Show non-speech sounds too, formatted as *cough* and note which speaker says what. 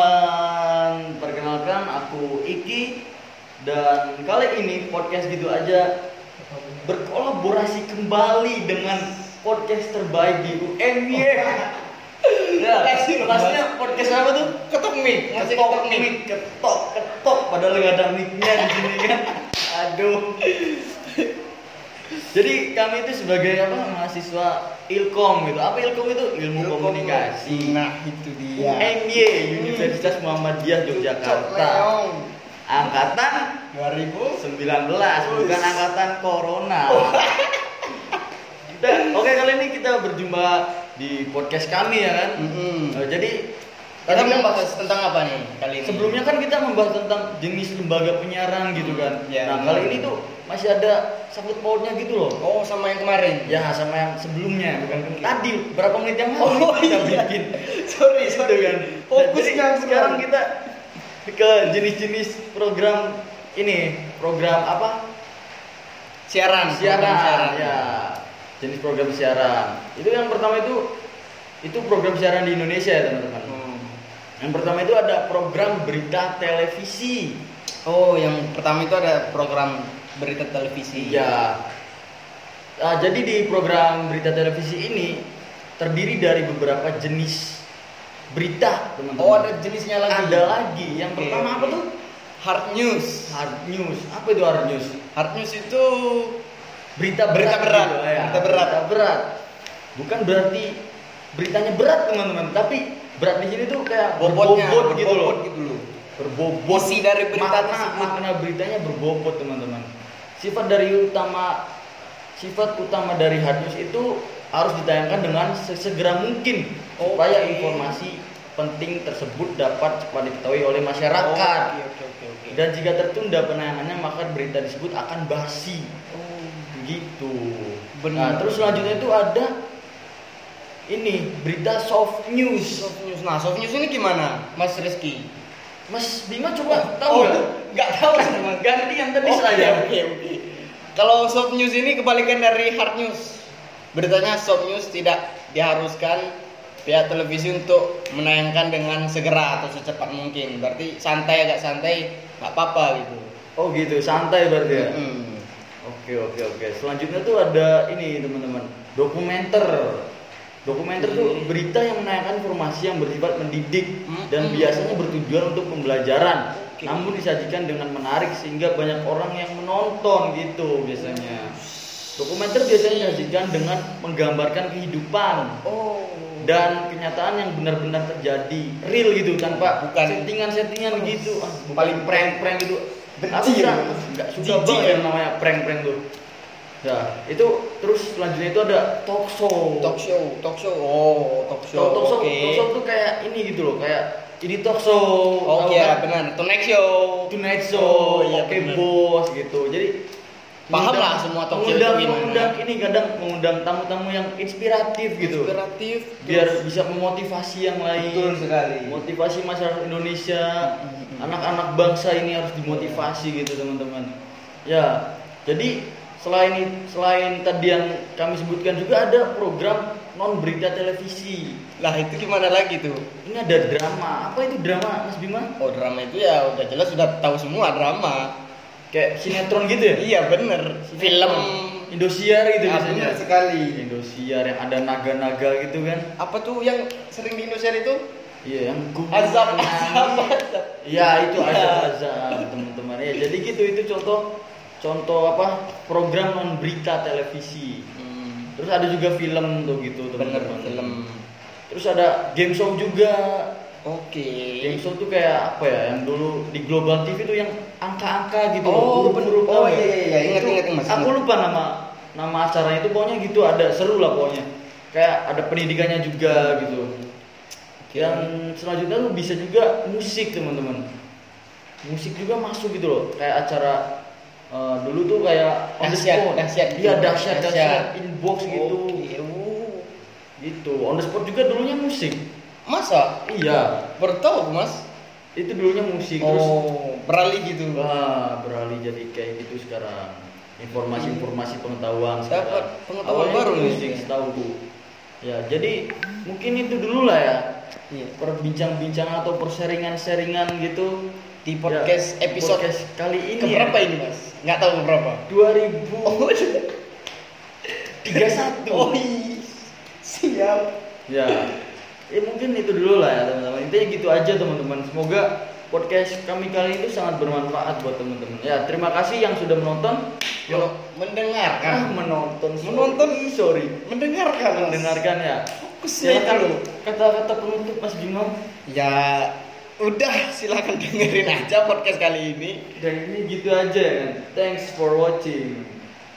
Speaker 1: teman-teman, perkenalkan aku Iki dan kali ini podcast gitu aja berkolaborasi kembali dengan podcast terbaik di UMY. Ya,
Speaker 2: Podcast sih,
Speaker 1: Oh. kelasnya podcast apa tuh?
Speaker 2: ketok mic masih
Speaker 1: Ketok mic, ketok, ketok padahal nggak ada mic-nya di sini kan. Aduh. Jadi kami itu sebagai apa mahasiswa Ilkom gitu. Apa Ilkom itu? Ilmu
Speaker 2: Ilkom.
Speaker 1: Komunikasi. Iya.
Speaker 2: nah itu dia
Speaker 1: UMY Universitas Muhammadiyah Yogyakarta
Speaker 2: Leong
Speaker 1: angkatan 19
Speaker 2: 2000
Speaker 1: bukan angkatan corona dan oke kali ini kita berjumpa di podcast kami ya kan
Speaker 2: Hmm.
Speaker 1: Nah, jadi
Speaker 2: kita
Speaker 1: tadi kan
Speaker 2: mau bahas tentang apa nih kali ini
Speaker 1: sebelumnya kan kita membahas tentang jenis lembaga penyiaran gitu kan
Speaker 2: Ya,
Speaker 1: nah
Speaker 2: benar.
Speaker 1: kali ini tuh masih ada sangkut pautnya gitu loh
Speaker 2: oh sama yang kemarin
Speaker 1: ya sama yang sebelumnya bukan
Speaker 2: Oke.
Speaker 1: tadi berapa menit yang lalu
Speaker 2: Oh,
Speaker 1: kita
Speaker 2: iya.
Speaker 1: bikin
Speaker 2: *laughs* sorry
Speaker 1: gitu kan.
Speaker 2: fokusnya
Speaker 1: Jadi sekarang kita ke jenis-jenis program ini, program apa?
Speaker 2: siaran
Speaker 1: Siaran.
Speaker 2: program siaran.
Speaker 1: Ya, jenis program siaran. Itu yang pertama itu itu program siaran di Indonesia ya, teman-teman.
Speaker 2: Hmm.
Speaker 1: Yang pertama itu ada program berita televisi.
Speaker 2: oh yang pertama itu ada program berita televisi
Speaker 1: Iya. Ah, jadi di program berita televisi ini terdiri dari beberapa jenis berita, teman-teman.
Speaker 2: oh ada jenisnya lagi
Speaker 1: Ada lagi. Yang
Speaker 2: Oke,
Speaker 1: pertama apa
Speaker 2: oke.
Speaker 1: tuh?
Speaker 2: hard news
Speaker 1: Hard news. Apa itu hard news?
Speaker 2: hard news itu
Speaker 1: Berita
Speaker 2: Berita berat.
Speaker 1: gitu, ya.
Speaker 2: Berita berat.
Speaker 1: Berita berat. Bukan berarti beritanya berat teman-teman, tapi berat di sini tuh kayak
Speaker 2: bobotnya
Speaker 1: berbobot gitu loh.
Speaker 2: berbobot gitu loh
Speaker 1: Berbobot.
Speaker 2: Isi dari berita
Speaker 1: makna,
Speaker 2: tersebut.
Speaker 1: makna beritanya berbobot teman-teman. Sifat dari utama sifat utama dari hard news itu harus ditayangkan dengan sesegera mungkin
Speaker 2: Oke.
Speaker 1: supaya informasi penting tersebut dapat cepat diketahui oleh masyarakat.
Speaker 2: Oh, oke oke oke oke.
Speaker 1: Dan jika tertunda penayangannya maka berita tersebut akan basi
Speaker 2: Oh.
Speaker 1: gitu. Nah,
Speaker 2: Benar.
Speaker 1: terus selanjutnya itu ada ini berita soft news.
Speaker 2: Soft news. Nah, soft news ini gimana, Mas Rizky?
Speaker 1: Mas Bima
Speaker 2: Oh.
Speaker 1: coba tahu nggak?
Speaker 2: nggak tahu *laughs* sama.
Speaker 1: Ganti yang tadi
Speaker 2: Oke,
Speaker 1: saya.
Speaker 2: Oh. iya, oke, oke. Kalau soft news ini kebalikan dari hard news. Beritanya soft news tidak diharuskan pihak televisi untuk menayangkan dengan segera atau secepat mungkin. Berarti santai agak santai, nggak apa-apa gitu.
Speaker 1: Oh gitu, santai berarti ya.
Speaker 2: Mm.
Speaker 1: Oke oke oke. Selanjutnya tuh ada ini teman-teman dokumenter. Dokumenter tuh
Speaker 2: Hmm.
Speaker 1: berita yang menayangkan informasi yang bersifat mendidik
Speaker 2: Hmm.
Speaker 1: dan
Speaker 2: Hmm.
Speaker 1: biasanya bertujuan untuk pembelajaran.
Speaker 2: Oke.
Speaker 1: Namun disajikan dengan menarik sehingga banyak orang yang menonton gitu biasanya. Dokumenter biasanya disajikan dengan menggambarkan kehidupan
Speaker 2: Oh.
Speaker 1: dan kenyataan yang benar-benar terjadi real gitu tanpa
Speaker 2: Bukan.
Speaker 1: settingan-settingan gitu ah, bukan
Speaker 2: Paling
Speaker 1: prank-prank gitu aku
Speaker 2: Benci ya.
Speaker 1: nggak nggak suka
Speaker 2: Jijik
Speaker 1: banget
Speaker 2: ya.
Speaker 1: yang namanya prank-prank tuh nah itu terus selanjutnya itu ada talk show
Speaker 2: Talk show, talk show. Oh, talk show.
Speaker 1: talk, talk show
Speaker 2: Oke.
Speaker 1: talk show tuh kayak ini gitu loh kayak ini talk show
Speaker 2: Oh
Speaker 1: tahu
Speaker 2: iya,
Speaker 1: kan?
Speaker 2: benar. Tonight show.
Speaker 1: Tonight Show,
Speaker 2: Oh, iya,
Speaker 1: Oke
Speaker 2: bener.
Speaker 1: Bos gitu. Jadi
Speaker 2: Paham
Speaker 1: mengundang-
Speaker 2: lah semua talk show itu
Speaker 1: mengundang,
Speaker 2: gimana.
Speaker 1: mengundang ini kadang mengundang tamu-tamu yang inspiratif gitu.
Speaker 2: Inspiratif.
Speaker 1: biar bisa memotivasi yang lain
Speaker 2: Betul sekali.
Speaker 1: motivasi masyarakat Indonesia
Speaker 2: Mm-mm.
Speaker 1: anak-anak bangsa ini harus dimotivasi gitu teman-teman ya jadi selain selain tadi yang kami sebutkan juga ada program non berita televisi
Speaker 2: Lah itu gimana lagi tuh?
Speaker 1: ini ada drama apa itu drama Mas Bima
Speaker 2: Oh drama itu ya udah jelas sudah tahu semua drama.
Speaker 1: kayak sinetron gitu ya
Speaker 2: Iya bener. Hmm. Film
Speaker 1: Indosiar gitu
Speaker 2: Ah,
Speaker 1: biasanya
Speaker 2: bener sekali.
Speaker 1: Indosiar yang ada naga-naga gitu kan
Speaker 2: apa tuh yang sering di Indonesia itu?
Speaker 1: iya yang ku-
Speaker 2: Azab, azab, azab.
Speaker 1: Iya itu
Speaker 2: Iya.
Speaker 1: azab-azab teman-teman ya. Jadi gitu itu contoh contoh apa program non berita televisi.
Speaker 2: Hmm,
Speaker 1: Terus ada juga film tuh gitu
Speaker 2: bener
Speaker 1: teman-teman.
Speaker 2: film.
Speaker 1: Terus ada game show juga.
Speaker 2: Oke.
Speaker 1: Game show tuh kayak apa ya yang dulu di Global TV tuh yang angka-angka gitu.
Speaker 2: Oh,
Speaker 1: huruf-huruf
Speaker 2: bener. Oh,
Speaker 1: tau nggak?
Speaker 2: iya, iya, iya. Ingat,
Speaker 1: Itu-
Speaker 2: ingat, ingat, Mas.
Speaker 1: Aku
Speaker 2: Ingat.
Speaker 1: lupa nama nama acaranya itu pokoknya gitu ada seru lah pokoknya. Kayak ada pendidikannya juga gitu.
Speaker 2: Oke.
Speaker 1: Yang selanjutnya lu bisa juga musik teman-teman. Musik juga masuk gitu loh, kayak acara eh, dulu tuh kayak on the
Speaker 2: Dahsyat,
Speaker 1: spot.
Speaker 2: dahsyat gitu.
Speaker 1: Iya dahsyat,
Speaker 2: Dahsyat. Oh,
Speaker 1: dahsyat, inbox gitu,
Speaker 2: Oke, wuh.
Speaker 1: gitu. On the spot juga dulunya musik.
Speaker 2: Masa?
Speaker 1: Iya,
Speaker 2: Bertahu mas?
Speaker 1: itu dulunya musik. Terus
Speaker 2: Oh beralih gitu.
Speaker 1: wah beralih jadi kayak gitu sekarang. Informasi-informasi pengetahuan sekarang.
Speaker 2: Dapat Hmm. pengetahuan ya.
Speaker 1: Awalnya
Speaker 2: baru
Speaker 1: itu
Speaker 2: nih.
Speaker 1: musik, setahu tuh. Ya jadi mungkin itu dulu lah ya
Speaker 2: Iya.
Speaker 1: perbincang-bincangan atau perseringan-seringan gitu
Speaker 2: Iya, Di podcast
Speaker 1: Ya,
Speaker 2: episode
Speaker 1: podcast kali ini
Speaker 2: keberapa
Speaker 1: ya?
Speaker 2: ini mas? Nggak tahu berapa.
Speaker 1: 2000
Speaker 2: Oh, *laughs*
Speaker 1: 31
Speaker 2: oh iya. siap.
Speaker 1: ya eh, mungkin itu dulu lah ya teman-teman intinya gitu aja teman-teman semoga podcast kami kali ini sangat bermanfaat buat teman-teman ya terima kasih yang sudah menonton
Speaker 2: Yo,
Speaker 1: ah,
Speaker 2: mendengarkan,
Speaker 1: menonton sorry.
Speaker 2: Menonton.
Speaker 1: Ih, sorry
Speaker 2: mendengarkan, Mas.
Speaker 1: mendengarkan ya
Speaker 2: Fokusnya
Speaker 1: silakan
Speaker 2: itu.
Speaker 1: kata-kata penutup Mas Bimo
Speaker 2: Ya, udah silakan dengerin aja podcast kali ini.
Speaker 1: dan ini gitu aja ya kan thanks for watching